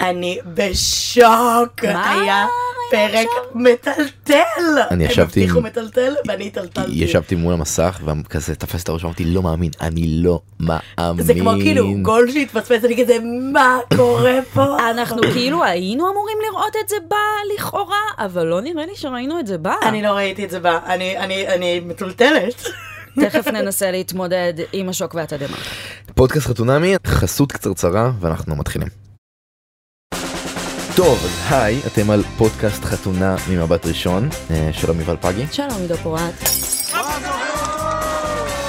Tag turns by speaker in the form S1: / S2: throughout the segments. S1: אני בשוק.
S2: מה?
S1: היה
S2: ראית
S1: פרק
S2: עכשיו?
S1: מטלטל.
S3: אני ישבתי
S1: הם הבטיחו
S3: עם-
S1: מטלטל ואני הטלטלתי.
S3: ישבתי מול המסך וכזה תפס את הראש אמרתי לא מאמין אני לא מאמין.
S1: זה כמו כאילו גול שהתפספס, אני כזה, מה קורה פה?
S2: אנחנו כאילו היינו אמורים לראות את זה בה לכאורה, אבל לא נראה לי שראינו את זה בה.
S1: אני לא ראיתי את זה בה, אני- אני אני מטולטלת.
S2: תכף ננסה להתמודד עם השוק והתדהמה.
S3: פודקאסט חתונמי חסות קצרצרה ואנחנו מתחילים. טוב אז היי אתם על פודקאסט חתונה ממבט ראשון אה, שלום יובל פגי
S2: שלום עידו פורט.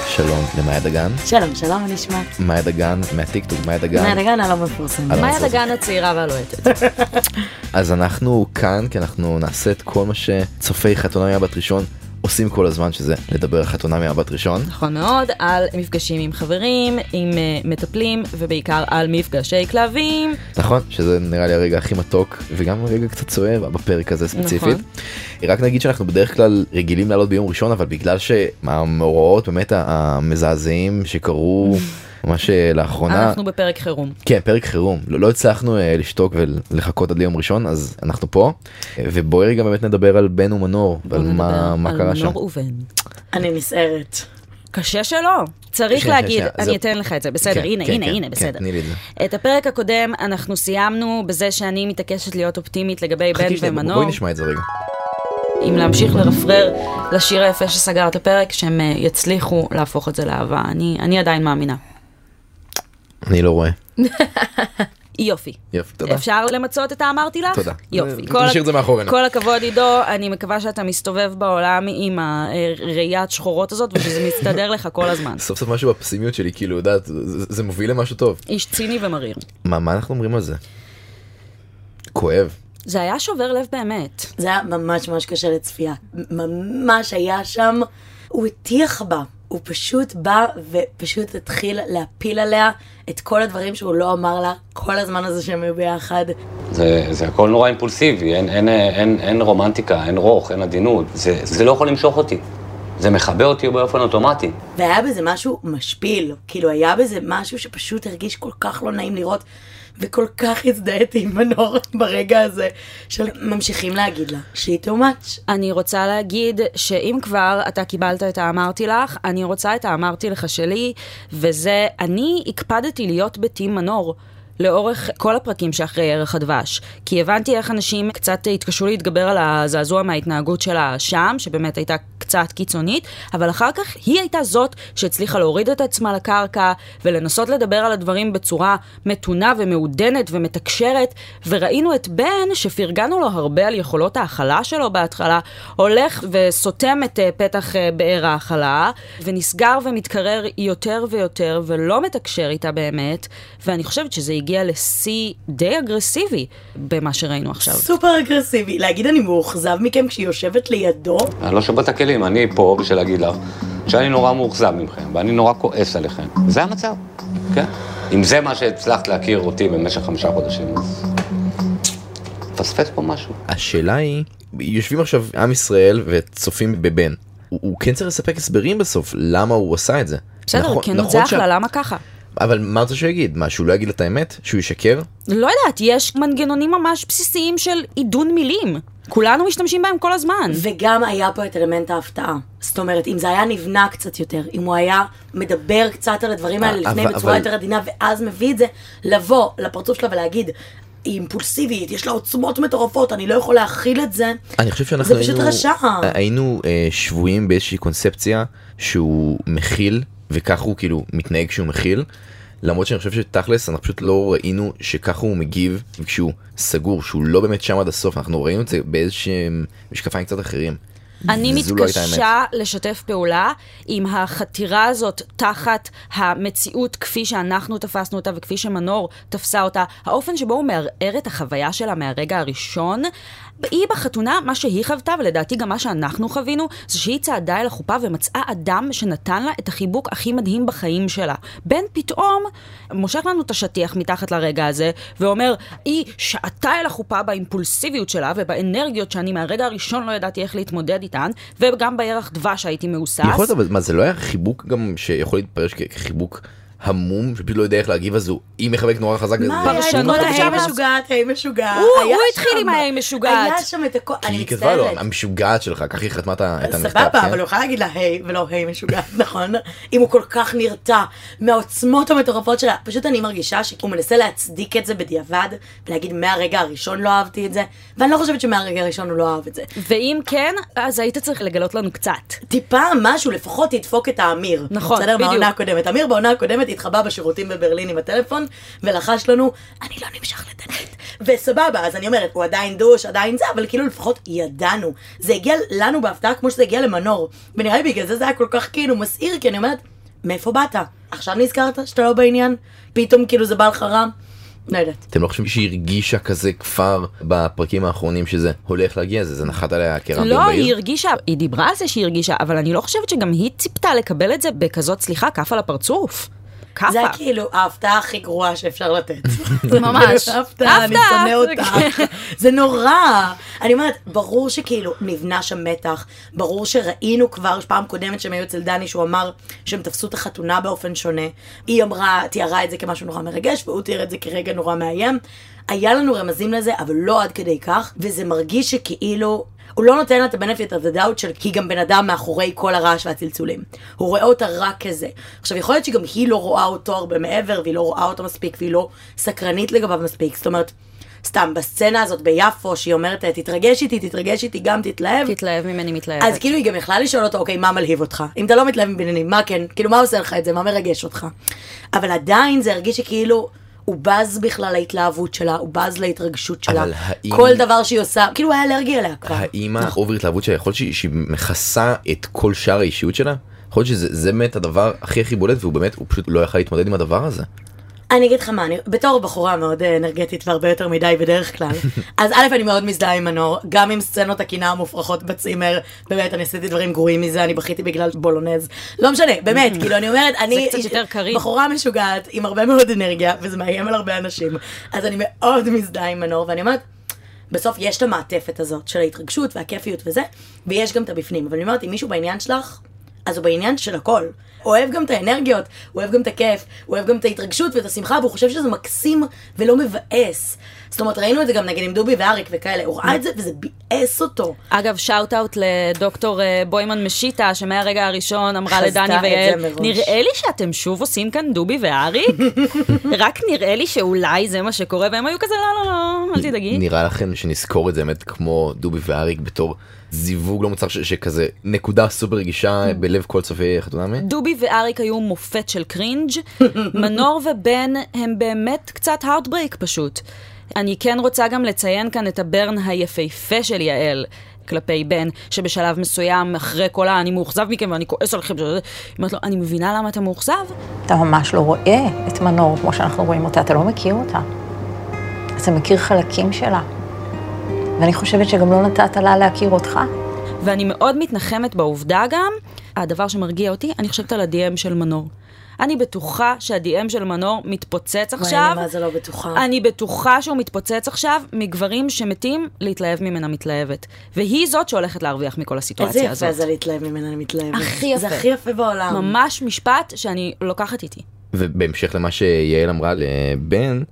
S3: שלום למאיה דגן
S4: שלום, שלום, מה נשמע?
S3: מאיה דגן מהטיקטוק מאיה דגן
S4: מהנגן הלא מפורסם.
S3: אהלן.
S2: מאיה דגן הצעירה והלוהטת.
S3: אז אנחנו כאן כי אנחנו נעשה את כל מה שצופי חתונה ממבט ראשון עושים כל הזמן שזה לדבר על חתונה ממבט ראשון.
S2: נכון מאוד, על מפגשים עם חברים, עם אה, מטפלים, ובעיקר על מפגשי כלבים.
S3: נכון שזה נראה לי הרגע הכי מתוק וגם רגע קצת סוער בפרק הזה ספציפית.
S2: נכון.
S3: רק נגיד שאנחנו בדרך כלל רגילים לעלות ביום ראשון אבל בגלל שהמאורעות באמת המזעזעים שקרו ממש אה, לאחרונה.
S2: אנחנו בפרק חירום.
S3: כן פרק חירום לא, לא הצלחנו אה, לשתוק ולחכות עד ליום ראשון אז אנחנו פה אה, ובואי רגע באמת נדבר על בן ומנור
S2: בואו
S3: על מה,
S2: נדבר
S3: מה
S2: על
S3: קרה שם.
S2: מנור ובן.
S1: אני נסערת.
S2: קשה שלא. צריך
S3: שנייה,
S2: להגיד,
S3: שנייה,
S2: אני
S3: זהו.
S2: אתן לך את זה, בסדר,
S3: כן,
S2: הנה,
S3: כן,
S2: הנה,
S3: כן,
S2: הנה,
S3: כן,
S2: בסדר.
S3: תני לי את זה.
S2: את הפרק הקודם אנחנו סיימנו בזה שאני מתעקשת להיות אופטימית לגבי בן
S3: חכי שנייה,
S2: ומנור,
S3: בואי נשמע את זה רגע.
S2: אם להמשיך לרפרר לשיר היפה שסגר את הפרק, שהם אה, יצליחו להפוך את זה לאהבה. אני, אני עדיין מאמינה.
S3: אני לא רואה.
S2: יופי.
S3: יופי תודה.
S2: אפשר למצות את האמרתי לך?
S3: תודה.
S2: יופי.
S3: נ- נשאיר את זה מאחורינו.
S2: כל הכבוד עידו, אני מקווה שאתה מסתובב בעולם עם הראיית שחורות הזאת ושזה מסתדר לך כל הזמן.
S3: סוף סוף משהו בפסימיות שלי כאילו יודעת זה- זה- זה מוביל למשהו טוב.
S2: איש ציני ומריר.
S3: מה מה אנחנו אומרים על זה? כואב.
S2: זה היה שובר לב באמת.
S1: זה היה ממש ממש קשה לצפייה. ממש היה שם, הוא הטיח בה. הוא פשוט בא ופשוט התחיל להפיל עליה את כל הדברים שהוא לא אמר לה כל הזמן הזה שהם היו ביחד.
S5: זה, זה הכל נורא אימפולסיבי, אין, אין, אין, אין רומנטיקה, אין רוך, אין עדינות. זה, זה לא יכול למשוך אותי. זה מכבה אותי באופן אוטומטי.
S1: והיה בזה משהו משפיל, כאילו היה בזה משהו שפשוט הרגיש כל כך לא נעים לראות, וכל כך הזדהיתי עם מנור ברגע הזה, של ממשיכים להגיד לה שהיא too much.
S2: אני רוצה להגיד שאם כבר אתה קיבלת את האמרתי לך, אני רוצה את האמרתי לך שלי, וזה, אני הקפדתי להיות בטים מנור. לאורך כל הפרקים שאחרי ערך הדבש, כי הבנתי איך אנשים קצת התקשו להתגבר על הזעזוע מההתנהגות שלה שם, שבאמת הייתה קצת קיצונית, אבל אחר כך היא הייתה זאת שהצליחה להוריד את עצמה לקרקע ולנסות לדבר על הדברים בצורה מתונה ומעודנת ומתקשרת, וראינו את בן, שפרגנו לו הרבה על יכולות ההכלה שלו בהתחלה, הולך וסותם את אה, פתח אה, באר ההכלה, ונסגר ומתקרר יותר ויותר, ולא מתקשר איתה באמת, ואני חושבת שזה הגיע לשיא די אגרסיבי במה שראינו עכשיו.
S1: סופר אגרסיבי, להגיד אני מאוכזב מכם כשהיא יושבת לידו,
S5: אני לא שובר את הכלים, אני פה בשביל להגיד לך שאני נורא מאוכזב מכם, ואני נורא כועס עליכם. זה המצב, כן? אם זה מה שהצלחת להכיר אותי במשך חמישה חודשים, אז... פספס פה משהו.
S3: השאלה היא יושבים עכשיו עם ישראל וצופים בבן. הוא, הוא כן צריך לספק הסברים בסוף למה הוא עשה את זה.
S2: בסדר,
S3: נכון-
S2: כן
S3: נכון
S2: נוצח
S3: שה-
S2: לה, למה ככה?
S3: אבל מה רוצה שהוא יגיד? מה, שהוא לא יגיד לה את האמת? שהוא ישקר?
S2: לא יודעת, יש מנגנונים ממש בסיסיים של עידון מילים. כולנו משתמשים בהם כל הזמן.
S1: וגם היה פה את אלמנט ההפתעה. זאת אומרת, אם זה היה נבנה קצת יותר, אם הוא היה מדבר קצת על הדברים האלה
S3: אה,
S1: לפני
S3: אבל-
S1: בצורה
S3: אבל-
S1: יותר עדינה, ואז מביא את זה, לבוא לפרצוף שלה ולהגיד, היא אימפולסיבית, יש לה עוצמות מטורפות, אני לא יכול להכיל את זה.
S3: אני חושב שאנחנו
S1: זה פשוט
S3: היינו,
S1: רשע.
S3: היינו אה, שבויים באיזושהי קונספציה שהוא מכיל וכך הוא כאילו מתנהג כשהוא מכיל. למרות שאני חושב שתכלס אנחנו פשוט לא ראינו שככה הוא מגיב כשהוא סגור שהוא לא באמת שם עד הסוף אנחנו ראינו את זה באיזשהם משקפיים קצת אחרים.
S2: אני
S3: וזו לא הייתה האמת.
S2: מתקשה לשתף פעולה עם החתירה הזאת תחת המציאות כפי שאנחנו תפסנו אותה וכפי שמנור תפסה אותה. האופן שבו הוא מערער את החוויה שלה מהרגע הראשון. היא בחתונה, מה שהיא חוותה, ולדעתי גם מה שאנחנו חווינו, זה שהיא צעדה אל החופה ומצאה אדם שנתן לה את החיבוק הכי מדהים בחיים שלה. בן פתאום מושך לנו את השטיח מתחת לרגע הזה, ואומר, היא שעטה אל החופה באימפולסיביות שלה ובאנרגיות שאני מהרגע הראשון לא ידעתי איך להתמודד איתן, וגם בירח דבש הייתי מהוסס.
S3: יכול להיות אבל מה זה לא היה חיבוק גם שיכול להתפרש כחיבוק המום שפשוט לא יודע איך להגיב אז הוא אם מחבק נורא חזק. זה-
S1: מה היה את
S2: פרשנות
S1: כל
S2: עכשיו
S1: ההיא
S2: מס-
S1: משוגעת, ההיא משוגעת?
S2: הוא-
S1: היה
S2: הוא התחיל
S1: שם-
S2: עם ההיא משוגעת.
S1: היה שם את הכל,
S3: כי
S1: אני
S3: היא כתבה לו
S1: מצטערת.
S3: המשוגעת שלך ככה היא חתמה את ה- את המכתב.
S1: סבבה,
S3: כן?
S1: אבל הוא יכול להגיד לה היי, ולא היי משוגעת, נכון? אם הוא כל כך נרתע מהעוצמות המטורפות שלה. פשוט אני מרגישה שהוא מנסה להצדיק את זה בדיעבד, ולהגיד מהרגע הראשון לא אהבתי את זה, ואני לא חושבת שמהרגע הראשון הוא לא אהב את זה.
S2: ואם כן, אז היית צריך לגלות לנו קצת.
S1: טיפה משהו, לפחות תדפוק את האמיר.
S2: נכון,
S1: בסדר,
S2: בדיוק.
S1: מהעונה הקודמת. אמיר בעונה הקודמת התחבא בשירותים בברלין עם הטלפון, ולחש לנו, אני לא נמשך לדנית. וסבבה, אז אני אומרת, הוא עדיין דוש, עדיין זה, אבל כאילו לפחות ידענו. זה הגיע לנו בהפתעה כמו שזה הגיע למנור. ונראה לי בגלל זה זה היה כל כך כאילו מסעיר, כי אני אומרת, מאיפה באת? עכשיו נזכרת שאתה לא בעניין? פתאום כאילו זה בא לך רע? לא יודעת.
S3: אתם לא חושבים שהיא הרגישה כזה כפר בפרקים האחרונים שזה הולך להגיע זה זה נחת עליה כרבים
S2: לא,
S3: בעיר?
S2: היא הרגישה, היא דיברה על זה שהיא הרגישה, אבל אני לא חושבת שגם היא ציפתה לקבל את זה בכזאת, סליחה, כף על הפרצוף. כאפה.
S1: זה כאילו ההפתעה הכי גרועה שאפשר לתת.
S2: ממש.
S1: הפתעה, אני
S2: הפתעה.
S1: שונא אותך. זה נורא. אני אומרת, ברור שכאילו נבנה שם מתח, ברור שראינו כבר פעם קודמת שהם היו אצל דני, שהוא אמר שהם תפסו את החתונה באופן שונה. היא אמרה, תיארה את זה כמשהו נורא מרגש, והוא תיאר את זה כרגע נורא מאיים. היה לנו רמזים לזה, אבל לא עד כדי כך, וזה מרגיש שכאילו... הוא לא נותן לה את ה-benefit of the doubt של כי גם בן אדם מאחורי כל הרעש והצלצולים. הוא רואה אותה רק כזה. עכשיו, יכול להיות שגם היא לא רואה אותו הרבה מעבר, והיא לא רואה אותו מספיק, והיא לא סקרנית לגביו מספיק. זאת אומרת, סתם, בסצנה הזאת ביפו, שהיא אומרת, תתרגש איתי, תתרגש איתי, גם תתלהב.
S2: תתלהב ממני מתלהבת.
S1: אז כאילו היא גם יכלה לשאול אותו, אוקיי, מה מלהיב אותך? אם אתה לא מתלהב מבניינים, מה כן? כאילו, מה עושה לך את זה? מה מרגש אותך? אבל עדיין זה הרגיש שכאילו, הוא בז בכלל להתלהבות שלה, הוא בז להתרגשות שלה.
S3: אבל האם-
S1: כל דבר שהיא עושה, כאילו הוא היה אלרגי אליה כבר.
S3: האם האובר התלהבות שלה יכול להיות שהיא- שהיא מכסה את כל שאר האישיות שלה? יכול להיות שזה זה באמת הדבר הכי הכי בולט והוא באמת הוא פשוט לא יכל להתמודד עם הדבר הזה.
S1: אני אגיד לך מה, אני, בתור בחורה מאוד אה, אנרגטית והרבה יותר מדי בדרך כלל, אז א', אני מאוד מזדהה עם מנור, גם עם סצנות הקינה המופרכות בצימר, באמת, אני עשיתי דברים גרועים מזה, אני בכיתי בגלל בולונז, לא משנה, באמת, כאילו, אני אומרת, אני
S2: קצת
S1: איש-
S2: יותר קריא.
S1: בחורה משוגעת, עם הרבה מאוד אנרגיה, וזה מאיים על הרבה אנשים, אז אני מאוד מזדהה עם מנור, ואני אומרת, בסוף יש את המעטפת הזאת של ההתרגשות והכיפיות וזה, ויש גם את הבפנים, אבל אני אומרת, אם מישהו בעניין שלך, אז הוא בעניין של הכל. הוא אוהב גם את האנרגיות, הוא אוהב גם את הכיף, הוא אוהב גם את ההתרגשות ואת השמחה, והוא חושב שזה מקסים ולא מבאס. זאת אומרת, ראינו את זה גם נגיד עם דובי ואריק וכאלה, הוא ראה את זה וזה ביאס אותו.
S2: אגב, שאוט אאוט לדוקטור אה, בוימן משיטה, שמהרגע הראשון אמרה
S1: חזתה
S2: לדני
S1: את זה
S2: ויעל,
S1: מראש.
S2: נראה לי שאתם שוב עושים כאן דובי ואריק, רק נראה לי שאולי זה מה שקורה, והם היו כזה, לא, לא, לא, אל תדאגי.
S3: נראה לכם שנזכור את זה באמת כמו דובי ואריק בתור זיווג לא מוצר ש- שכזה נקודה סופר רגישה
S2: כן.
S3: בלב כל צופי חתונמי?
S2: דובי ואריק היו מופת של קרינג', מנור ובן הם באמת קצת הארטברייק פשוט. אני כן רוצה גם לציין כאן את הברן היפהפה של יעל. כלפי בן, שבשלב מסוים, אחרי כל ה... אני מאוכזב מכם ואני כועס עליכם, היא אומרת לו, אני מבינה למה אתה מאוכזב,
S6: אתה ממש לא רואה את מנור כמו שאנחנו רואים אותה, אתה לא מכיר אותה. אתה מכיר חלקים שלה. ואני חושבת שגם לא נתת לה להכיר אותך.
S2: ואני מאוד מתנחמת בעובדה גם, הדבר שמרגיע אותי, אני חושבת על ה-DM של מנור. אני בטוחה שה-DM של מנור מתפוצץ עכשיו.
S1: מה זה לא בטוחה.
S2: אני בטוחה שהוא מתפוצץ עכשיו מגברים שמתים להתלהב ממנה מתלהבת. והיא זאת שהולכת להרוויח מכל
S1: איזה
S2: הסיטואציה הזאת.
S1: יפה זה להתלהב ממנה, אני מתלהבת.
S2: הכי יפה.
S1: זה הכי יפה בעולם.
S2: ממש משפט שאני לוקחת איתי.
S3: ובהמשך למה שיעל אמרה לבן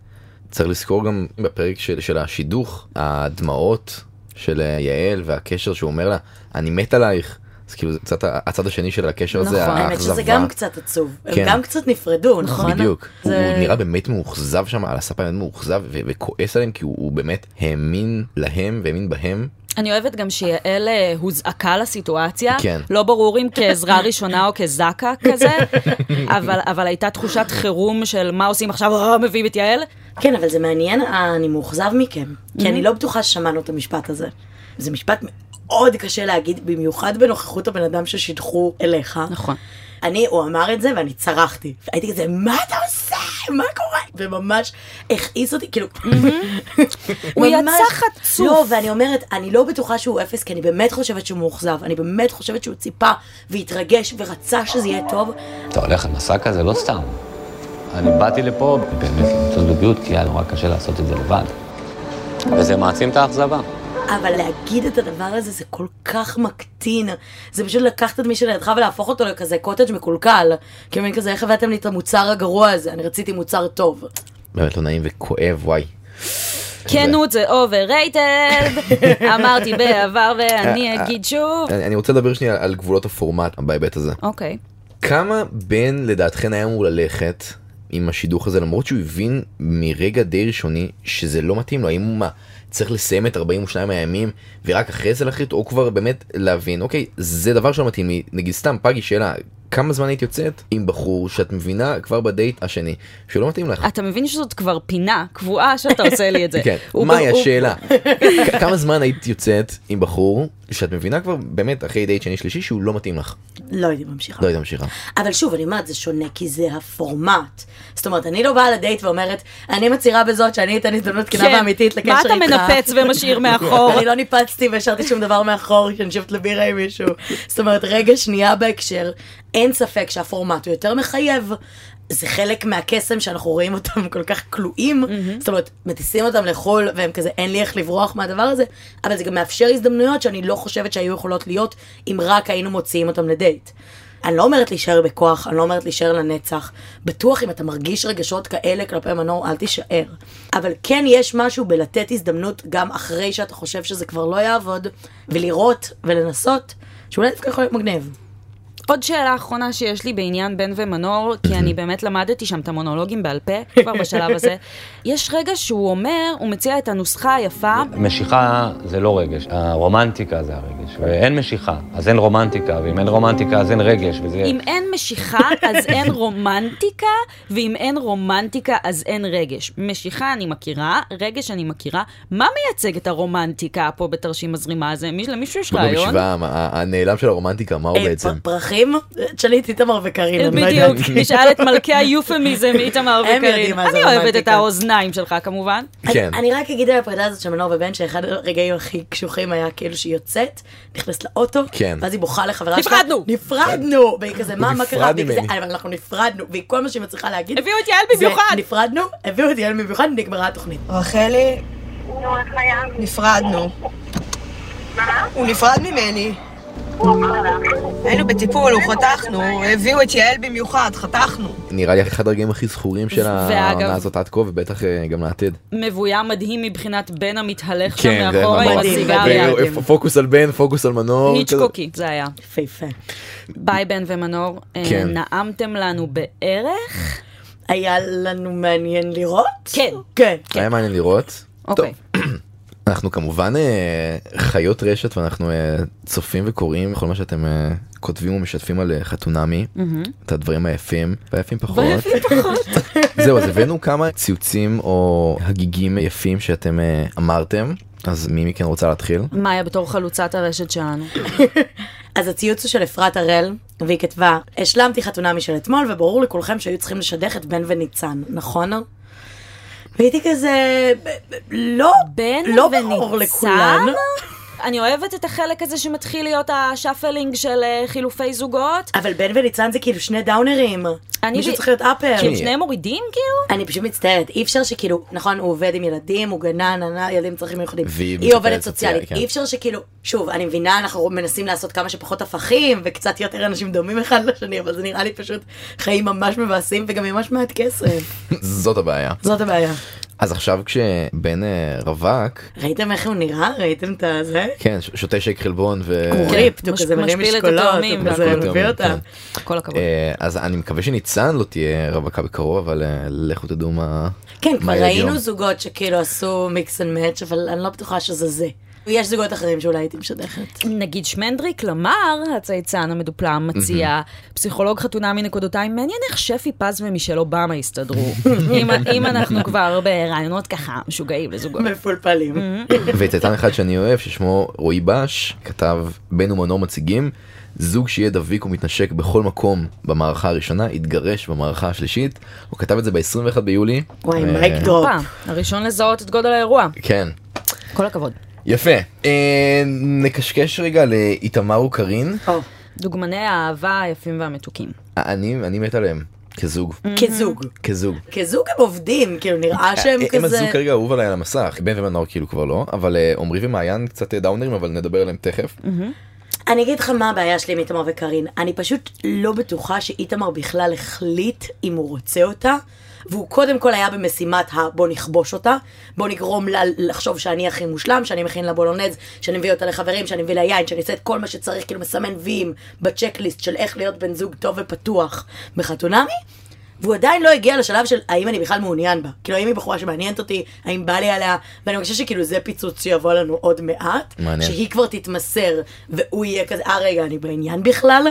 S3: צריך לזכור גם בפרק של, של השידוך הדמעות של אה, יעל והקשר שהוא אומר לה אני מת עלייך אז כאילו זה קצת ה- הצד השני של הקשר הזה
S2: נכון.
S1: האמת שזה גם קצת עצוב. הם
S3: כן.
S1: גם קצת נפרדו, נכון?
S3: בדיוק הוא,
S1: זה-
S3: הוא נראה באמת מאוכזב שם על הספה באמת מאוכזב ו- וכועס עליהם כי הוא, הוא באמת האמין להם והאמין בהם
S2: אני אוהבת גם שיעל אה, הוזעקה לסיטואציה.
S3: כן.
S2: לא ברור אם כעזרה ראשונה או כזקה כזה, אבל, אבל הייתה תחושת חירום של מה עושים עכשיו, אה, מביאים את יעל.
S1: כן, אבל זה מעניין, אה, אני מאוכזב מכם, כי
S2: Mm-hmm.
S1: אני לא בטוחה ששמענו את המשפט הזה. זה משפט מאוד קשה להגיד, במיוחד בנוכחות הבן אדם ששידכו אליך.
S2: נכון.
S1: אני, הוא אמר את זה ואני צרחתי. הייתי כזה, מה אתה עושה? מה קורה? וממש הכעיס אותי, כאילו...
S2: Mm-hmm. הוא יצא
S1: ממש-
S2: חצוף.
S1: לא, ואני אומרת, אני לא בטוחה שהוא אפס, כי אני באמת חושבת שהוא מאוכזב. אני באמת חושבת שהוא ציפה והתרגש ורצה שזה יהיה טוב,
S5: אתה הולך על מסע כזה לא סתם. אני באתי לפה באמת למצוא זוגיות, כי היה נורא קשה לעשות את זה לבד. וזה מעצים את האכזבה.
S1: אבל להגיד את הדבר הזה זה כל כך מקטין. זה פשוט לקחת את מי שלידך ולהפוך אותו לכזה קוטג' מקולקל. כאילו מין כזה, איך הבאתם לי את המוצר הגרוע הזה? אני רציתי מוצר טוב.
S3: באמת לא נעים וכואב וואי.
S1: כן,
S2: כנות זה overrated, אמרתי בעבר ואני אגיד שוב.
S3: אני אני רוצה לדבר שנייה על גבולות הפורמט בהיבט הזה.
S2: אוקיי.
S3: כמה בן לדעתכן היה אמור ללכת עם השידוך הזה למרות שהוא הבין מרגע די ראשוני שזה לא מתאים לו האם הוא מה צריך לסיים את 42 הימים ורק אחרי זה להחליט או כבר באמת להבין אוקיי זה דבר שלא מתאים לי נגיד סתם פגי שאלה כמה זמן היית יוצאת עם בחור שאת מבינה כבר בדייט השני שלא מתאים לך.
S2: אתה מבין שזאת כבר פינה קבועה שאתה עושה לי את אה, זה.
S3: כן,
S2: הוא
S3: מהי
S2: הוא-
S3: השאלה? כ- כמה זמן היית יוצאת עם בחור שאת מבינה כבר באמת אחרי דייט שני שלישי שהוא לא מתאים לך?
S1: לא הייתי ממשיכה.
S3: לא היית ממשיכה.
S1: אבל שוב, אני אומרת, זה שונה כי זה הפורמט. זאת אומרת, אני לא באה לדייט ואומרת, אני מצהירה בזאת שאני אתן הזדמנות כנה
S2: כן.
S1: ואמיתית לקשר איתך.
S2: מה אתה מנפץ ומשאיר מאחור?
S1: אני לא ניפצתי והשארתי שום דבר מאחור כשאני יושבת לבירה עם מישהו. זאת אומרת, רגע שנייה בהקשר, אין ספק שהפורמט הוא יותר מחייב. זה חלק מהקסם שאנחנו רואים אותם כל כך כלואים, זאת אומרת, מטיסים אותם לחו"ל והם כזה, אין לי איך לברוח מהדבר הזה, אבל זה גם מאפשר הזדמנויות שאני לא חושבת שהיו יכולות להיות אם רק היינו מוציאים אותם לדייט. אני לא אומרת להישאר בכוח, אני לא אומרת להישאר לנצח. בטוח אם אתה מרגיש רגשות כאלה כלפי מנור, אל תישאר. אבל כן יש משהו בלתת הזדמנות גם אחרי שאתה חושב שזה כבר לא יעבוד, ולראות ולנסות, שאולי דווקא יכול להיות מגניב.
S2: עוד שאלה אחרונה שיש לי בעניין בן ומנור, כי אני באמת למדתי שם את המונולוגים בעל פה כבר בשלב הזה. יש רגע שהוא אומר, הוא מציע את הנוסחה היפה,
S5: משיכה זה לא רגש, הרומנטיקה זה הרגש, ואין משיכה, אז אין רומנטיקה, ואם אין רומנטיקה אז אין רגש, וזה...
S3: כן.
S2: אם אין משיכה אז אין רומנטיקה, ואם אין רומנטיקה אז אין רגש. משיכה אני מכירה, רגש אני מכירה. מה מייצג את הרומנטיקה פה בתרשים הזרימה הזה? מיש- למישהו יש
S3: לא
S2: רעיון?
S3: בשבעה, מה- הנעלם של הרומנטיקה מה הוא
S1: אה,
S3: בעצם?
S1: פ- פרחים? תשאלי את איתמר וקארין, אני לא יודעת.
S2: אה, בדיוק, נשאל את מלכי היופמיזם איתמר
S1: הם יודעים
S2: וקארין.
S1: מה זה
S2: אני אוהבת את
S1: רומנטיקה.
S2: האוזניים שלך כמובן.
S3: כן.
S1: אני, אני רק אגיד על הפרידה הזאת של מנור ובן, שאחד הרגעים הכי קשוחים היה כאילו שהיא יוצאת, נכנסת לאוטו,
S3: כן.
S1: ואז היא בוכה לחברה שלה.
S2: נפרדנו!
S1: נפרדנו! והיא כזה, מה, מה
S3: נפרד
S1: קרה? והיא כזה,
S3: ממני.
S1: אבל אנחנו נפרדנו, והיא כל מה שהיא מצליחה להגיד.
S2: הביאו את יעל
S1: זה,
S2: במיוחד!
S1: נפרדנו, הביאו את יעל במיוחד, נגמרה התוכנית.
S7: רחלי? נפרדנו. הוא נפרד ממני. היינו בטיפול, הוא חתכנו, הביאו את יעל במיוחד, חתכנו.
S3: נראה לי אחד הרגעים הכי זכורים של
S2: ואגב-
S3: העונה הזאת עד כה ובטח אה, גם לעתיד. כן,
S2: מבויה מדהים מבחינת בן המתהלך שם מאחורה עם
S1: מדהים,
S2: הסיגריה.
S1: מדהים.
S3: פוקוס על בן פוקוס על מנור.
S2: ניצ'קוקי, זה היה.
S1: יפהפה.
S2: ביי בן ומנור, אה,
S3: כן.
S2: נאמתם לנו בערך?
S1: היה לנו מעניין לראות?
S2: כן.
S1: כן.
S3: כזה. היה מעניין לראות.
S2: אוקיי.
S3: אנחנו כמובן אה, חיות רשת ואנחנו אה, צופים וקוראים כל מה שאתם אה, כותבים ומשתפים על אה, חתונמי את הדברים היפים והיפים פחות זהו אז הבאנו כמה ציוצים או הגיגים יפים שאתם אה, אמרתם אז מי מכן רוצה להתחיל
S2: מאיה בתור חלוצת הרשת שלנו.
S1: אז הציוץ הוא של אפרת הראל, והיא כתבה, השלמתי חתונה משל אתמול, וברור לכולכם שהיו צריכים לשדך את בן וניצן, נכון? והייתי כזה, "ב- ב- לא,
S2: בן
S1: לא ברור
S2: וניצן?
S1: לכולן.
S2: אני אוהבת את החלק הזה שמתחיל להיות השאפלינג של אה, חילופי זוגות.
S1: אבל בן וניצן זה כאילו שני דאונרים.
S2: אני
S1: מישהו
S2: ב- כן,
S1: צריך להיות אפר.
S2: כי הם שניהם מורידים כאילו?
S1: אני פשוט מצטערת, אי אפשר שכאילו, נכון, הוא עובד עם ילדים, הוא גנן, ענה, ילדים עם צרכים מיוחדים.
S3: והיא
S1: היא
S3: מטפלת
S1: עובדת
S3: סוציאלית,
S1: סוציאלית.
S3: כן.
S1: אי אפשר שכאילו, שוב, אני מבינה, אנחנו מנסים לעשות כמה שפחות הפכים, וקצת יותר אנשים דומים אחד לשני, אבל זה נראה לי פשוט חיים ממש מבאסים, וגם ממש מעט כסף.
S3: זאת הבעיה
S1: זאת הבעיה.
S3: אז עכשיו כשבן אה, רווק
S1: ראיתם איך הוא נראה? ראיתם את הזה?
S3: כן ש- שותה שק חלבון ו... כן,
S1: הוא קריפט, הוא
S2: מש-
S1: כזה מרים
S2: משפיל את
S1: משקולות,
S2: התאומים
S1: הוא כזה
S3: והכל.
S1: מביא אותם.
S2: כל הכבוד.
S3: אה, אז אני מקווה שניצן לא תהיה רווקה בקרוב אבל אה, לכו תדעו מה
S1: כן, כבר
S3: מה יהיה יום.
S1: ראינו זוגות שכאילו עשו מיקס אנד מאץ', אבל אני לא בטוחה שזה זה. יש זוגות אחרים שאולי הייתי משדכת.
S2: אה, נגיד שמנדריק למר, הצייצן המדופלם, מציע, פסיכולוג חתונה מנקודותיים, מעניין איך שפי פז ומישל אובמה יסתדרו, אם- אם אנחנו כבר ברעיונות ככה משוגעים לזוגות.
S1: מפולפלים.
S2: Mm-hmm.
S3: וצייתן אחד שאני אוהב ששמו רועי בש כתב בן ומנור מציגים זוג שיהיה דביק ומתנשק בכל מקום במערכה הראשונה התגרש במערכה השלישית הוא כתב את זה ב-21 ביולי.
S1: וואי,
S3: אה,
S1: מייק דרופ.
S2: הופה, הראשון לזהות את גודל האירוע.
S3: כן.
S2: כל הכבוד.
S3: יפה אה, נקשקש רגע לאיתמר וקארין
S1: או.
S2: דוגמני האהבה היפים והמתוקים.
S3: אה, אני אני מת עליהם כזוג.
S1: כזוג.
S3: כזוג.
S1: כזוג הם עובדים, כאילו נראה שהם
S3: אה, הם
S1: כזה...
S3: הזוג כרגע אהוב עליי על המסך, בן ומנור כאילו כבר לא, אבל אה, עמרי ומעיין קצת אה, דאונרים, אבל נדבר עליהם תכף.
S2: אה,
S1: אני אגיד לך מה הבעיה שלי עם איתמר וקארין. אני פשוט לא בטוחה שאיתמר בכלל החליט אם הוא רוצה אותה, והוא קודם כל היה במשימת ה- בוא נכבוש אותה, בוא נגרום לה לחשוב שאני הכי מושלם, שאני מכין לה בולונז, שאני מביא אותה לחברים, שאני מביא לה יין, שאני עושה את כל מה שצריך, כאילו מסמן ויים בצ'קליסט של איך להיות בן זוג טוב ופתוח בחתונמי. והוא עדיין לא הגיע לשלב של האם אני בכלל מעוניין בה. כאילו, האם היא בחורה שמעניינת אותי, האם בא לי עליה, ואני מרגישה שכאילו זה פיצוץ שיבוא לנו עוד מעט.
S3: מעניין.
S1: שהיא כבר תתמסר, והוא יהיה כזה, אה רגע, אני בעניין בכלל?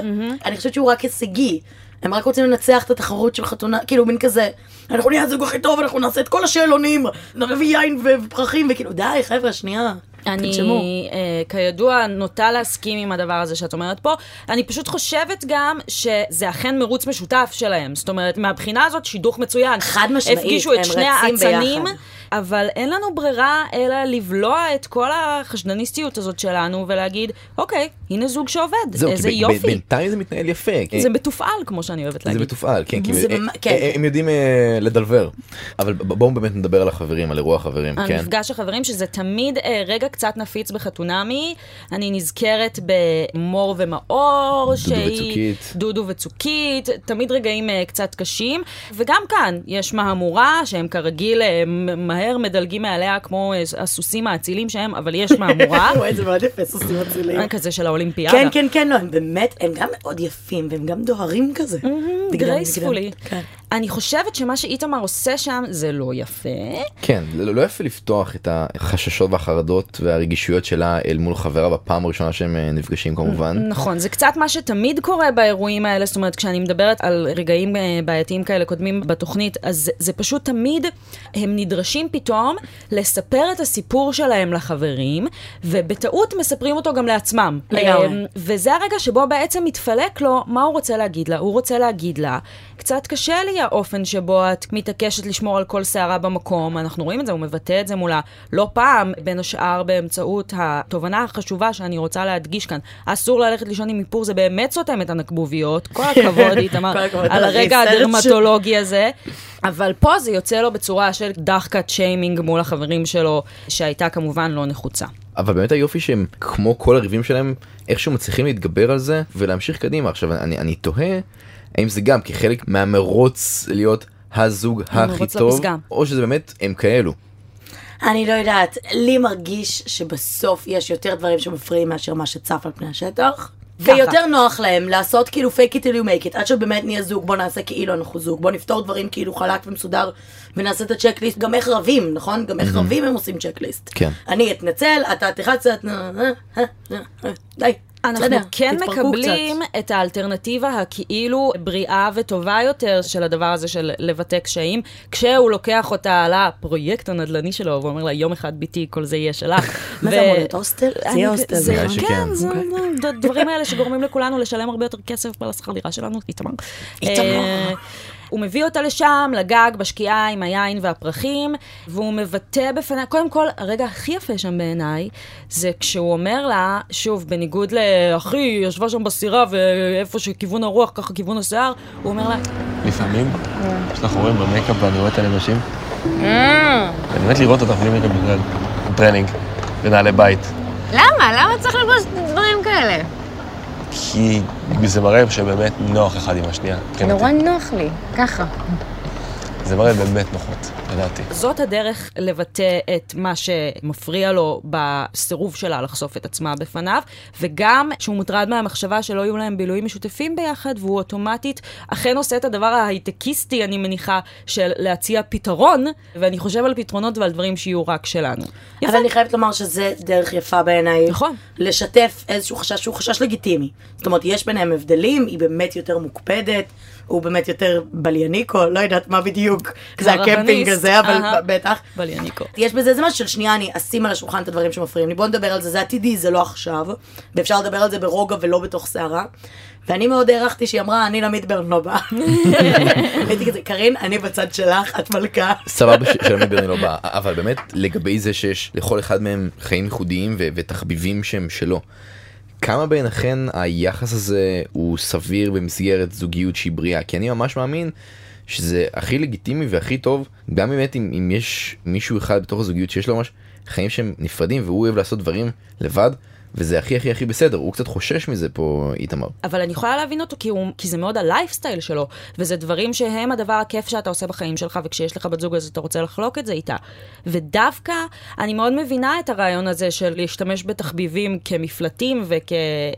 S1: אני חושבת שהוא רק הישגי. הם רק רוצים לנצח את התחרות של חתונה, כאילו מין כזה, אנחנו נהיה הזוג הכי טוב, אנחנו נעשה את כל השאלונים, נביא יין ו- ופרחים, וכאילו, די, חבר'ה, שנייה, תנשמו.
S2: אני אה, כידוע נוטה להסכים עם הדבר הזה שאת אומרת פה. אני פשוט חושבת גם שזה אכן מרוץ משותף שלהם. זאת אומרת, מהבחינה הזאת שידוך מצוין.
S1: חד משמעית,
S2: הפגישו את
S1: הם
S2: שני
S1: רצים
S2: האצנים,
S1: ביחד.
S2: אבל אין לנו ברירה אלא לבלוע את כל החשדניסטיות הזאת שלנו ולהגיד, אוקיי, הנה זוג שעובד,
S3: זהו, כי
S2: איזה
S3: ב- ב-
S2: יופי.
S3: בינתיים זה מתנהל יפה. כי-
S2: זה מתופעל, כמו שאני אוהבת
S3: זה
S2: להגיד.
S3: מתופעל, כן, כי
S1: זה
S3: אה,
S1: ממש-
S3: אה,
S1: כן,
S3: אה,
S1: כן.
S3: הם יודעים אה, לדלבר. אבל ב- בואו באמת נדבר על החברים, על אירוע החברים, כן.
S2: המפגש החברים, שזה תמיד אה, רגע קצת נפיץ בחתונמי. אני נזכרת במור ומאור,
S3: דודו וצוקית.
S2: דודו וצוקית, תמיד רגעים אה, קצת קשים. וגם כאן יש מהמורה, שהם כרגיל אה, מ- מהר מדלגים מעליה כמו אה, הסוסים האצילים שהם, אבל יש מהמורה.
S1: וואי, אה, זה מאוד יפה, סוסים אצילים.
S2: אה, כזה של האולימפיאדה.
S1: כן, כן, כן, לא, הם באמת, הם גם מאוד יפים, והם גם דוהרים כזה. נגדם,
S2: גרייספולי.
S1: נגדם. כן.
S2: אני חושבת שמה שאיתמר עושה שם זה לא יפה.
S3: כן, לא לא יפה לפתוח את החששות והחרדות והרגישויות שלה אל מול חברה בפעם הראשונה שהם אה, נפגשים כמובן.
S2: נכון, זה קצת מה שתמיד קורה באירועים האלה, זאת אומרת, כשאני מדברת על רגעים אה, בעייתיים כאלה קודמים בתוכנית, אז זה, זה פשוט תמיד, הם נדרשים פתאום לספר את הסיפור שלהם לחברים, ובטעות מספרים אותו גם לעצמם.
S1: לגמרי.
S2: אה, וזה הרגע שבו בעצם מתפלק לו מה הוא רוצה להגיד לה. הוא רוצה להגיד לה, קצת קשה לי האופן שבו את מתעקשת לשמור על כל שערה במקום. אנחנו רואים את זה, הוא מבטא את זה מולה לא פעם, בין השאר באמצעות התובנה החשובה שאני רוצה להדגיש כאן. אסור ללכת לישון עם איפור, זה באמת סותם את הנקבוביות. כל הכבוד, איתמר,
S1: כל הכבוד
S2: על
S1: על
S2: הרגע
S1: הריסרצ'.
S2: הדרמטולוגי הזה. אבל פה זה יוצא לו בצורה של דחקת שיימינג מול החברים שלו, שהייתה כמובן לא נחוצה.
S3: אבל באמת היופי שהם כמו כל הריבים שלהם איכשהו מצליחים להתגבר על זה ולהמשיך קדימה עכשיו אני אני תוהה האם זה גם כחלק מהמרוץ להיות הזוג הכי
S2: המרוץ
S3: טוב
S2: לפסגה.
S3: או שזה באמת הם כאלו.
S1: אני לא יודעת, לי מרגיש שבסוף יש יותר דברים שמפריעים מאשר מה שצף על פני השטח. ויותר נוח להם לעשות כאילו fake it till you make it, עד שבאמת נהיה זוג, בוא נעשה כאילו אנחנו זוג, בוא נפתור דברים כאילו חלק ומסודר, ונעשה את הצ'קליסט, גם איך רבים, נכון? גם איך רבים הם עושים צ'קליסט.
S3: כן.
S1: אני אתנצל, אתה אה, תחץ, את... אה, די.
S2: אנחנו
S1: בסדר,
S2: כן
S1: תתפרקו
S2: מקבלים
S1: קצת.
S2: קצת. את האלטרנטיבה הכאילו בריאה וטובה יותר של הדבר הזה של לבטא קשיים, כשהוא לוקח אותה על הפרויקט הנדל"ני שלו ואומר לה, יום אחד ביתי, כל זה יהיה שלך.
S1: מה זה אמור להיות הוסטל? זה
S2: אני-
S1: יהיה הוסטל.
S2: זה-
S3: נראה שכן.
S2: כן, זה
S1: אוקיי.
S2: הדברים האלה שגורמים לכולנו לשלם הרבה יותר כסף על השכר דירה שלנו, איתמר.
S1: איתמר.
S2: אה, הוא מביא אותה לשם, לגג, בשקיעה עם היין והפרחים, והוא מבטא בפניה, קודם כל, הרגע הכי יפה שם בעיניי, זה כשהוא אומר לה, שוב, בניגוד לאחי, ישבה שם בסירה, ואיפה שכיוון הרוח, ככה כיוון השיער, הוא אומר לה,
S8: לפעמים, יש לך הורים במייקאפ ואני רואה את הנשים.
S9: Mm.
S8: אני מת לראות אותך בלי מייקאפ בכלל. טרנינג, בנעלי בית.
S9: למה? למה צריך לבוש דברים כאלה?
S8: כי זה מראה שבאמת נוח אחד עם השנייה. מבחינתי.
S9: נורא נוח לי, ככה.
S8: זה מראה באמת נוחות, לדעתי.
S2: זאת הדרך לבטא את מה שמפריע לו בסירוב שלה לחשוף את עצמה בפניו, וגם שהוא מוטרד מהמחשבה שלא יהיו להם בילויים משותפים ביחד, והוא אוטומטית אכן עושה את הדבר ההייטקיסטי, אני מניחה, של להציע פתרון, ואני חושב על פתרונות ועל דברים שיהיו רק שלנו.
S1: אבל אני חייבת לומר שזה דרך יפה בעיניי.
S2: נכון.
S1: לשתף איזשהו חשש שהוא חשש לגיטימי. זאת אומרת, יש ביניהם הבדלים, היא באמת יותר מוקפדת, הוא באמת יותר בליניקו, לא יודעת מה בדיוק, זה הקמפינג
S2: קרבניסט,
S1: הזה, אבל
S2: אהה.
S1: בטח.
S2: אבל יניקו.
S1: יש בזה איזה משהו של שנייה, אני אשים על השולחן את הדברים שמפריעים לי, בוא נדבר על זה, זה עתידי, זה לא עכשיו, ואפשר לדבר על זה ברוגע ולא בתוך סערה. ואני מאוד הערכתי שהיא אמרה, אני למידברן לא באה. הייתי כזה, קארין, אני בצד שלך, את מלכה.
S3: סבבה ש- שלומי ברני לא בא אבל באמת לגבי זה שיש לכל אחד מהם חיים ייחודיים ו- ותחביבים שהם שלו. כמה בעיניכן היחס הזה הוא סביר במסגרת זוגיות שהיא בריאה? כי אני ממש מאמין שזה הכי לגיטימי והכי טוב, גם באמת אם, אם יש מישהו אחד בתוך הזוגיות שיש לו ממש חיים שהם נפרדים והוא אוהב לעשות דברים לבד, וזה הכי הכי הכי בסדר, הוא קצת חושש מזה פה איתמר.
S2: אבל אני יכולה להבין אותו כי, הוא, כי זה מאוד הלייפסטייל שלו, וזה דברים שהם הדבר הכיף שאתה עושה בחיים שלך, וכשיש לך בת זוג אז אתה רוצה לחלוק את זה איתה. ודווקא אני מאוד מבינה את הרעיון הזה של להשתמש בתחביבים כמפלטים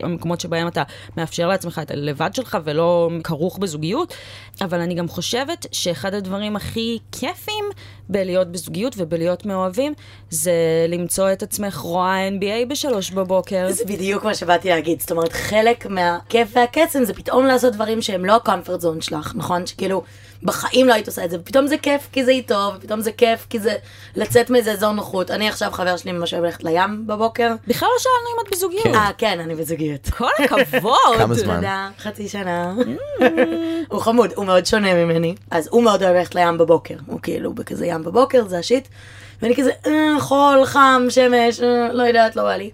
S2: וכמקומות שבהם אתה מאפשר לעצמך את הלבד שלך ולא כרוך בזוגיות, אבל אני גם חושבת שאחד הדברים הכי כיפים בלהיות בזוגיות ובלהיות מאוהבים, זה למצוא את עצמך רואה NBA בשלוש בבוקר.
S1: זה בדיוק מה שבאתי להגיד, זאת אומרת, חלק מהכיף והקסם זה פתאום לעשות דברים שהם לא הקומפרט זון שלך, נכון? שכאילו, בחיים לא היית עושה את זה, ופתאום זה כיף כי זה איתו, ופתאום זה כיף כי זה לצאת מאיזה אזור נוחות. אני עכשיו, חבר שלי ממש אוהב ללכת לים בבוקר.
S2: בכלל לא שאלנו אם את בזוגיות.
S3: כן.
S1: אה, כן, אני בזוגיות.
S2: כל הכבוד.
S3: כמה זמן?
S1: תודה, חצי שנה. הוא חמוד, הוא מאוד שונה ממני. אז הוא מאוד אוהב ללכת לים בבוקר. הוא כאילו בכזה ים בבוקר, זה השיט. ואני כזה, "אה, חול, חם, שמש, אה, לא יודעת, לא בא לי.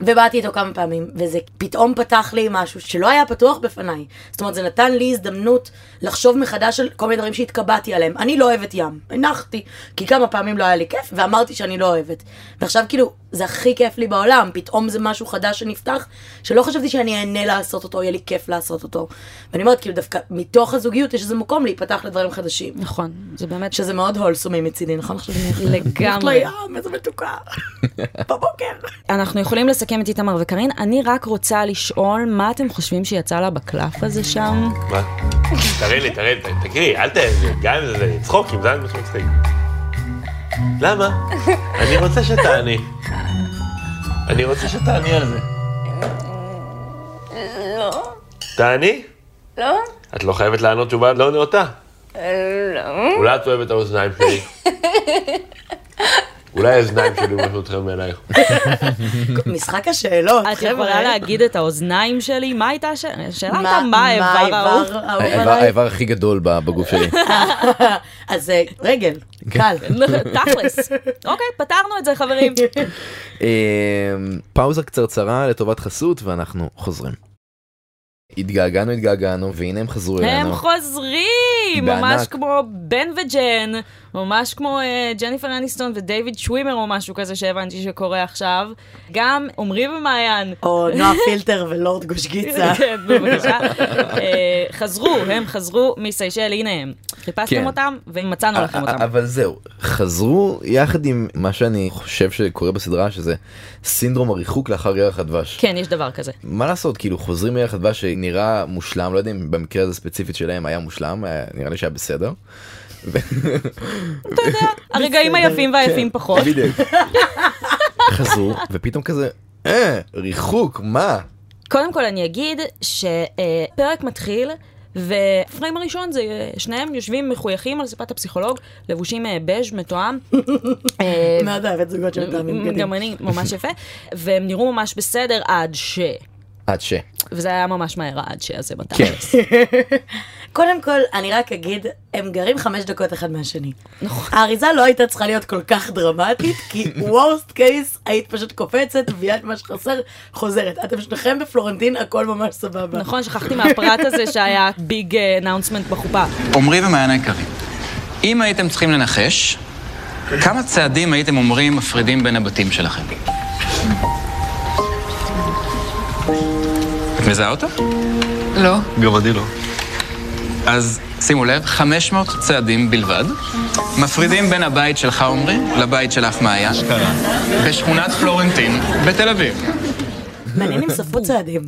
S1: ובאתי איתו כמה פעמים, וזה פתאום פתח לי משהו שלא היה פתוח בפניי. זאת אומרת, זה נתן לי הזדמנות לחשוב מחדש על כל מיני דברים שהתקבעתי עליהם. אני לא אוהבת ים, הנחתי, כי כמה פעמים לא היה לי כיף, ואמרתי שאני לא אוהבת. ועכשיו כאילו, זה הכי כיף לי בעולם, פתאום זה משהו חדש שנפתח, שלא חשבתי שאני אהנה לעשות אותו, יהיה לי כיף לעשות אותו. ואני אומרת, כאילו, דווקא מתוך הזוגיות יש איזה מקום להיפתח לדברים חדשים.
S2: נכון, זה באמת
S1: שזה מאוד הולסומי מצידי, נכון? עכשיו אני הולכת
S2: לגמרי.
S1: לים, איזה מתוקה. בבוקר.
S2: אנחנו יכולים לסכם את איתמר וקארין, אני רק רוצה לשאול מה אתם חושבים שיצא לה בקלף הזה שם?
S10: מה? תראי לי, תראי לי, ת- תקריא, אל ת... גם אם זה צחוקים, זה מה שמצחיק. למה? אני רוצה שתעני. אני רוצה שתעני על זה.
S9: לא.
S10: תעני?
S9: לא?
S10: את לא חייבת לענות תשובה לא נאותה.
S9: לא.
S10: אולי את אוהבת את האוזניים שלי. אולי האוזניים שלי משהו אתכם אלייך.
S1: משחק השאלות,
S2: את יכולה להגיד את האוזניים שלי? מה הייתה השאלה? השאלה הייתה מה האיבר האהוב?
S1: האיבר האהוב
S3: האיבר
S1: עליי?
S3: האיבר הכי גדול ב- בגוף שלי.
S1: אז אה, רגל, קל.
S2: תכלס. אוקיי, פתרנו את זה חברים.
S3: אמ, פאוזה קצרצרה לטובת חסות ואנחנו חוזרים. התגעגענו התגעגענו והנה הם חזרו
S2: הם
S3: אלינו.
S2: חוזרים! ממש
S3: בענק.
S2: כמו בן וג'ן, ממש כמו אה, ג'ניפר אניסטון ודייוויד שווימר או משהו כזה שהבנתי שקורה עכשיו. גם עמרי ומעיין.
S1: או נועה פילטר ולורד גוש גיצה.
S2: כן, בבקשה. אה, חזרו, הם חזרו מסיישל, הנה הם. חיפשתם
S3: כן. אה,
S2: אותם ומצאנו לכם אותם.
S3: אבל זהו, חזרו יחד עם מה שאני חושב שקורה בסדרה שזה סינדרום הריחוק לאחר ירח הדבש.
S2: כן, יש דבר כזה.
S3: מה לעשות כאילו חוזרים לירח הדבש שנראה מושלם לא יודע אם במקרה הזה ספציפית שלהם היה מושלם היה- נראה לי שהיה בסדר.
S2: הרגעים היפים
S3: כן.
S2: והיפים פחות.
S3: בדיוק. חזרו ופתאום כזה אה, ריחוק מה
S2: קודם כל אני אגיד שפרק מתחיל. והפריים הראשון זה אה, שניהם יושבים מחויכים על ספת הפסיכולוג, לבושים אה, בז' מתואם. אה,
S1: מאוד אוהבת זוגות של טעמים בגדים.
S2: גם אני, ממש יפה. והם נראו ממש בסדר עד ש...
S3: עד ש.
S2: וזה היה ממש מהר העד ש הזה בתאריך.
S3: כן.
S1: קודם כל, אני רק אגיד, הם גרים חמש דקות אחד מהשני. האריזה לא הייתה צריכה להיות כל כך דרמטית, כי וורסט קייס, היית פשוט קופצת, מביאה את מה שחסר, חוזרת. אתם שניכם בפלורנטין, הכל ממש סבבה.
S2: נכון, שכחתי מהפרט הזה שהיה ביג אנאונסמנט בחופה.
S11: עמרי ומעיין היקרים, אם הייתם צריכים לנחש, כמה צעדים הייתם אומרים מפרידים בין הבתים שלכם? את מזהה אותו?
S9: לא.
S8: גם אני לא.
S11: אז שימו לב, 500 צעדים בלבד, מפרידים בין הבית שלך עמרי לבית שלך מאיה, בשכונת פלורנטין בתל אביב.
S1: מעניין אם ספרו צעדים.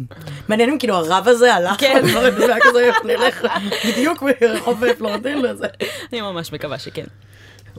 S1: מעניין אם כאילו הרב הזה הלך,
S2: כן.
S1: על דברים, והיה כזה, נלך בדיוק מרחוב פלורנטין לזה.
S2: אני ממש מקווה שכן.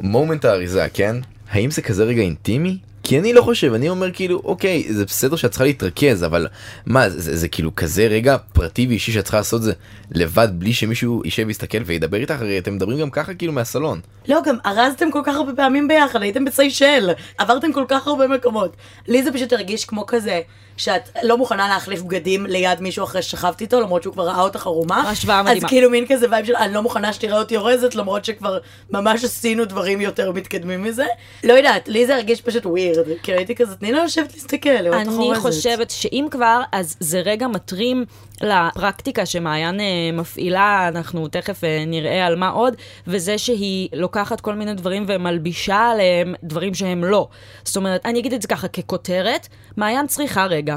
S3: מומנט האריזה כן האם זה כזה רגע אינטימי כי אני לא חושב אני אומר כאילו אוקיי זה בסדר שאת צריכה להתרכז אבל מה זה, זה, זה כאילו כזה רגע פרטי ואישי שאת צריכה לעשות זה לבד בלי שמישהו יישב ויסתכל וידבר איתך הרי אתם מדברים גם ככה כאילו מהסלון.
S1: לא, גם ארזתם כל כך הרבה פעמים ביחד, הייתם בסיישל, עברתם כל כך הרבה מקומות. לי זה פשוט הרגיש כמו כזה, שאת לא מוכנה להחליף בגדים ליד מישהו אחרי ששכבת איתו, למרות שהוא כבר ראה אותך ערומה.
S2: השוואה מדהימה.
S1: אז כאילו מין כזה וייב של אני לא מוכנה שתראה אותי אורזת, למרות שכבר ממש עשינו דברים יותר מתקדמים מזה. לא יודעת, לי זה הרגיש פשוט וויר. הזאת, כאילו הייתי כזה, תני לה לשבת להסתכל, לראות את
S2: אני
S1: החורזת.
S2: חושבת שאם כבר, אז זה רגע מטרים לפרקטיקה שמעיין אה, מפעילה, אנחנו תכף אה, נראה על מה עוד, וזה שהיא לוקחת כל מיני דברים ומלבישה עליהם דברים שהם לא. זאת אומרת, אני אגיד את זה ככה, ככותרת, מעיין צריכה רגע.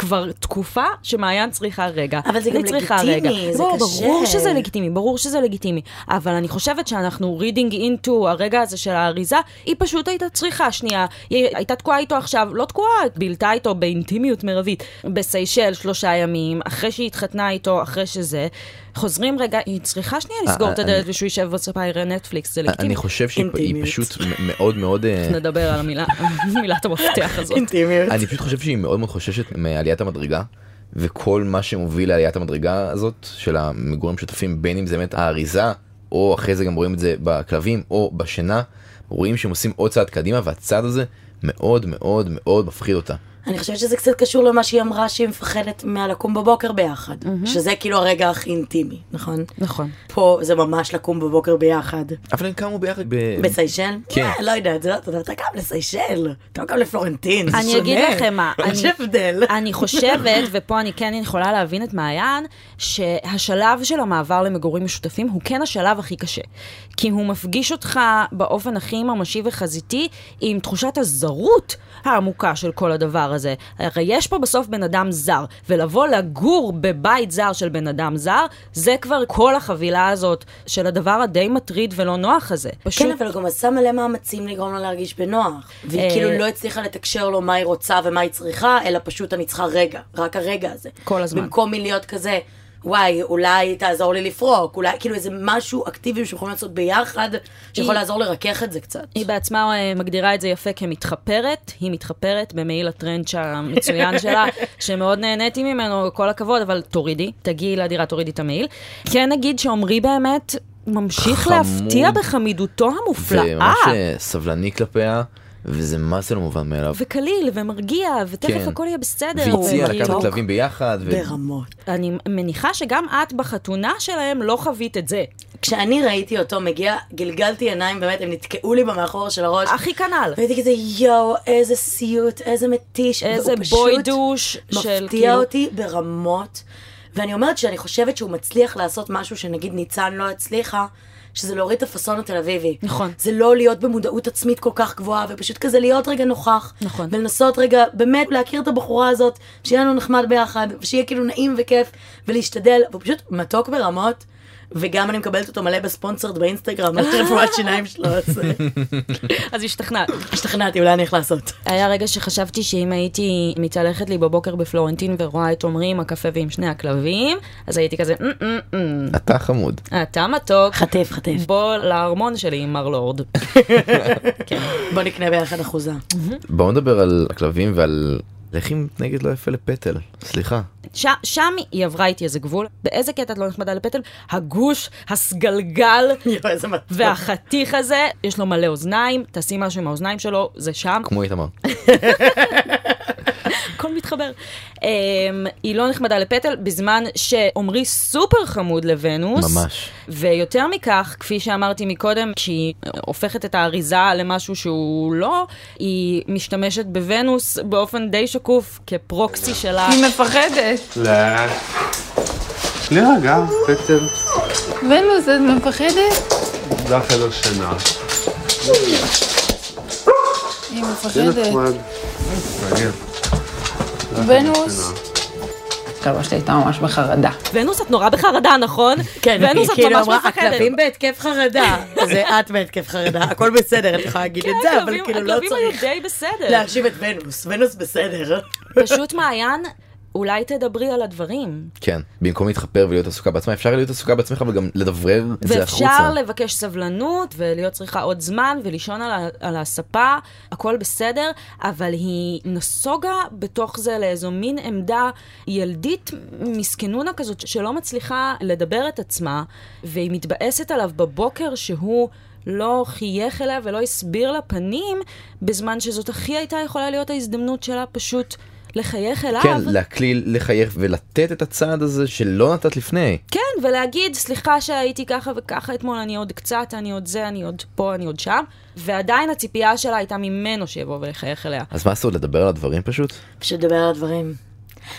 S2: כבר תקופה שמעיין צריכה רגע.
S1: אבל זה גם
S2: אני צריכה
S1: לגיטימי,
S2: רגע.
S1: זה
S2: לא,
S1: קשה.
S2: ברור שזה לגיטימי, ברור שזה לגיטימי. אבל אני חושבת שאנחנו reading into הרגע הזה של האריזה, היא פשוט הייתה צריכה שנייה. היא הייתה תקועה איתו עכשיו, לא תקועה, בילתה איתו באינטימיות מרבית. בסיישל שלושה ימים, אחרי שהיא התחתנה איתו, אחרי שזה. חוזרים רגע, היא צריכה שנייה
S3: אה,
S2: לסגור
S3: אה,
S2: את הדלת
S3: אני- אה,
S2: ושהוא יישב בספה יראה נטפליקס, זה לגיטימי.
S3: אני חושב שהיא פ- היא פשוט מ- מאוד מאוד... אה,
S2: נדבר על המילה, מילת המפתח הזאת.
S1: אינטימיות.
S3: אני פשוט חושב שהיא מאוד מאוד חוששת מעליית המדרגה. וכל מה שמוביל לעליית המדרגה הזאת של המגורים משותפים בין אם זה באמת האריזה או אחרי זה גם רואים את זה בכלבים או בשינה רואים שהם עושים עוד צעד קדימה והצעד הזה מאוד מאוד מאוד מפחיד אותה.
S1: אני חושבת שזה קצת קשור למה שהיא אמרה שהיא מפחדת מהלקום בבוקר ביחד, שזה כאילו הרגע הכי אינטימי, נכון?
S2: נכון.
S1: פה זה ממש לקום בבוקר ביחד.
S3: אבל הם קמו ביחד ב...
S1: בסיישל?
S3: כן.
S1: אה, לא יודעת, זה לא- אתה אתה קם לסיישל, אתה לא קם לפלורנטין, זה שונה.
S2: אני אגיד לכם מה,
S1: יש
S2: אני-
S1: הבדל.
S2: אני חושבת, ופה אני כן יכולה להבין את מעיין, שהשלב של המעבר למגורים משותפים הוא כן השלב הכי קשה. כי הוא מפגיש אותך באופן הכי ממשי וחזיתי עם תחושת הזרות העמוקה של כל הדבר הזה. הרי יש פה בסוף בן אדם זר, ולבוא לגור בבית זר של בן אדם זר, זה כבר כל החבילה הזאת של הדבר הדי מטריד ולא נוח הזה.
S1: כן, אבל גם עשה מלא מאמצים לגרום לה להרגיש בנוח. והיא
S2: אה,
S1: כאילו לא הצליחה לתקשר לו מה היא רוצה ומה היא צריכה, אלא פשוט אני צריכה רגע, רק הרגע הזה.
S2: כל הזמן.
S1: במקום מלהיות כזה, וואי, אולי תעזור לי לפרוק, אולי כאילו איזה משהו אקטיבי שיכולים לעשות ביחד, שיכול
S2: היא-
S1: לעזור לרכך את זה קצת.
S2: היא בעצמה אה, מגדירה את זה יפה כמתחפרת, היא מתחפרת במעיל הטרנץ' המצוין שלה, שמאוד נהניתי ממנו, כל הכבוד, אבל תורידי, תגיעי לדירה, תורידי את המעיל. כן נגיד שעמרי באמת ממשיך
S3: חמוד.
S2: להפתיע בחמידותו המופלאה.
S3: וממש אה, סבלני כלפיה וזה מה זה לא מובן מאליו.
S2: וקליל ומרגיע, ותכף
S3: כן.
S2: הכל יהיה בסדר.
S3: והציע
S2: ומתוק.
S3: לקחת כלבים ביחד. ו-
S2: אני מניחה שגם את בחתונה שלהם לא חווית את זה.
S1: כשאני ראיתי אותו מגיע, גלגלתי עיניים, באמת, הם נתקעו לי במאחור של הראש.
S2: הכי כנ"ל.
S1: והייתי כזה, יואו, איזה סיוט, איזה מתיש.
S2: איזה
S1: והוא פשוט
S2: בוי דוש של
S1: מפתיע
S2: כאילו...
S1: אותי ברמות. ואני אומרת שאני חושבת שהוא מצליח לעשות משהו שנגיד ניצן לא הצליחה. שזה להוריד את הפאסון התל אביבי.
S2: נכון.
S1: זה לא להיות במודעות עצמית כל כך גבוהה, ופשוט כזה להיות רגע נוכח.
S2: נכון.
S1: ולנסות רגע באמת להכיר את הבחורה הזאת, שיהיה לנו נחמד ביחד, ושיהיה כאילו נעים וכיף, ולהשתדל, והוא פשוט מתוק ברמות, וגם אני מקבלת אותו מלא בספונסרד באינסטגרם, על רפואת שיניים שלו, אז אה,
S2: אז השתכנעת.
S1: השתכנעתי, אולי אני איך לעשות.
S2: היה רגע שחשבתי שאם הייתי מתהלכת לי בבוקר בפלורנטין ורואה את עומרי עם הקפה ועם שני הכלבים, אז הייתי כזה, "מ, מ, מ,
S3: אתה חמוד.
S2: אתה מתוק.
S1: חטף, חטף.
S2: בוא לארמון שלי, מר לורד.
S1: בוא נקנה ביחד אחוזה.
S3: בואו נדבר על הכלבים ועל איך היא מתנהגת לא יפה לפטל. סליחה.
S2: ש- שם היא עברה איתי איזה גבול, באיזה קטע את לא נחמדה לפטל? הגוש, הסגלגל, והחתיך הזה, יש לו מלא אוזניים, תעשי משהו עם האוזניים שלו, זה שם.
S3: כמו איתמר.
S2: הכל מתחבר. Um, היא לא נחמדה לפטל, בזמן שעמרי סופר חמוד לוונוס.
S3: ממש.
S2: ויותר מכך, כפי שאמרתי מקודם, כשהיא הופכת את האריזה למשהו שהוא לא, היא משתמשת בוונוס באופן די שקוף כפרוקסי שלה.
S9: היא מפחדת.
S10: לא. להירגע, פטר,
S9: ונוס, את מפחדת?
S10: זה החדר שינה.
S9: היא מפחדת.
S10: מעניין.
S9: ונוס. סבא שלי הייתה ממש בחרדה.
S2: ונוס, את נורא בחרדה, נכון?
S1: כן,
S2: ונוס,
S1: היא
S2: את
S1: כאילו
S2: ממש
S1: אמרה,
S2: מפחדת.
S1: הכלבים בהתקף חרדה. זה את בהתקף חרדה, הכל בסדר, את יכולה להגיד את זה, אבל
S2: הכלבים-
S1: כאילו לא
S2: הכלבים
S1: צריך
S2: היו די בסדר.
S1: להאשים את ונוס, ונוס בסדר.
S2: פשוט מעיין, אולי תדברי על הדברים.
S3: כן. במקום להתחפר ולהיות עסוקה בעצמה אפשר להיות עסוקה בעצמך אבל גם לדברר את זה
S2: ואפשר
S3: החוצה.
S2: לבקש סבלנות ולהיות צריכה עוד זמן ולישון על, ה- על הספה, הכל בסדר, אבל היא נסוגה בתוך זה לאיזו מין עמדה ילדית מסכנונה כזאת שלא מצליחה לדבר את עצמה, והיא מתבאסת עליו בבוקר שהוא... לא חייך אליה ולא הסביר לה פנים, בזמן שזאת הכי הייתה יכולה להיות ההזדמנות שלה פשוט לחייך אליו.
S3: כן, להקליל, לחייך ולתת את הצעד הזה שלא נתת לפני.
S2: כן, ולהגיד, סליחה שהייתי ככה וככה אתמול, אני עוד קצת, אני עוד זה, אני עוד פה, אני עוד שם, ועדיין הציפייה שלה הייתה ממנו שיבוא ולחייך אליה.
S3: אז מה עשו, לדבר על הדברים פשוט?
S1: פשוט לדבר על הדברים.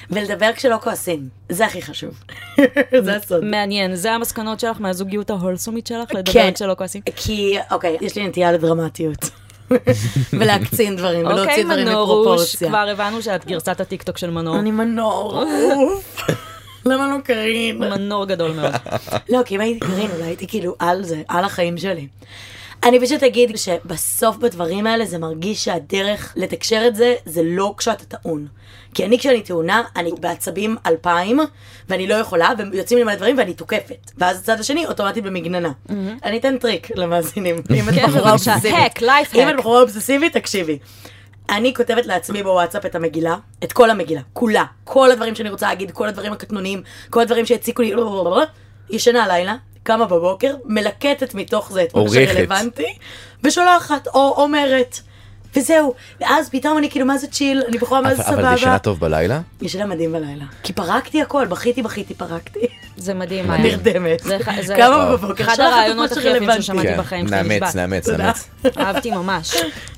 S1: ולדבר כשלא כועסים, זה הכי חשוב. זה הסוד.
S2: מעניין, זה המסקנות שלך מהזוגיות ההולסומית שלך,
S1: כן.
S2: לדבר כשלא כועסים?
S1: כי, אוקיי, יש לי נטייה לדרמטיות. ולהקצין דברים, ולהוציא דברים
S2: אוקיי, מנורוש,
S1: מפרופורציה.
S2: כבר הבנו שאת גרסת הטיקטוק של מנור.
S1: אני מנור, אוף. למה לא קרין?
S2: מנור גדול מאוד.
S1: לא, כי אם הייתי קרין, אולי הייתי כאילו על זה, על החיים שלי. אני פשוט אגיד שבסוף בדברים האלה זה מרגיש שהדרך לתקשר את זה, זה לא כשאתה טעון. כי אני כשאני טעונה, אני בעצבים אלפיים, ואני לא יכולה, ויוצאים לי מלא דברים ואני תוקפת. ואז הצד השני אוטומטית במגננה. אני אתן טריק למאזינים. אם את
S2: כן,
S1: בחורה
S2: בבקשה.
S1: אובססיבית,
S2: hack, life
S1: אם
S2: hack.
S1: את בחורה אובססיבית, תקשיבי. אני כותבת לעצמי בוואטסאפ את המגילה, את כל המגילה, כולה. כל הדברים שאני רוצה להגיד, כל הדברים הקטנוניים, כל הדברים שהציקו לי, ישנה הלילה, קמה בבוקר, מלקטת מתוך זה את מה
S3: עורכת.
S1: שרלוונטי, ושולחת, או אומרת. וזהו, ואז פתאום אני כאילו, מה זה צ'יל, אני בחורה מה זה
S3: אבל אבל זה
S1: סבבה.
S3: ישנה טוב בלילה?
S1: ישנה מדהים בלילה. כי פרקתי הכל, בכיתי, בכיתי, פרקתי.
S2: זה מדהים,
S3: מדהים.
S2: מאיה.
S1: נרדמת.
S2: כן. זה ח- זה-
S1: קמה
S2: וואו.
S1: בבוקר,
S2: אחד
S1: שולחת את מה
S2: הרעיונות הכי יפים
S1: שרלוונטי.
S2: ששמעתי
S3: כן,
S2: בחיים שלי.
S3: נאמץ,
S2: נשבעת.
S3: נאמץ,
S1: תודה.
S3: נאמץ.
S2: אהבתי ממש.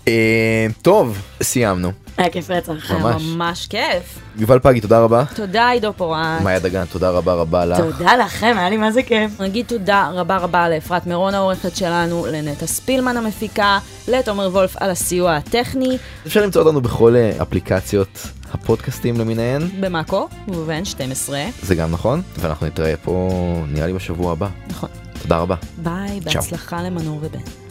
S3: אה, טוב, סיימנו.
S1: היה כיף רצח.
S2: היה
S3: ממש.
S2: ממש כיף.
S3: יובל פגי, תודה רבה.
S2: תודה, עידו פורן.
S3: מאיה דגן, תודה רבה רבה לך.
S1: תודה לכם, היה לי מה זה כיף.
S2: נגיד תודה רבה רבה לאפרת מירון העורכת שלנו, לנטע ספילמן המפיקה, לתומר וולף על הסיוע הטכני,
S3: אפשר למצוא אותנו בכל אה, אפליקציות הפודקאסטים למיניהן,
S2: במאקו, ובן 12.
S3: זה גם נכון, ואנחנו נתראה פה נראה לי בשבוע הבא.
S2: נכון.
S3: תודה רבה.
S2: ביי,
S3: צ'או.
S2: בהצלחה למנור ובן.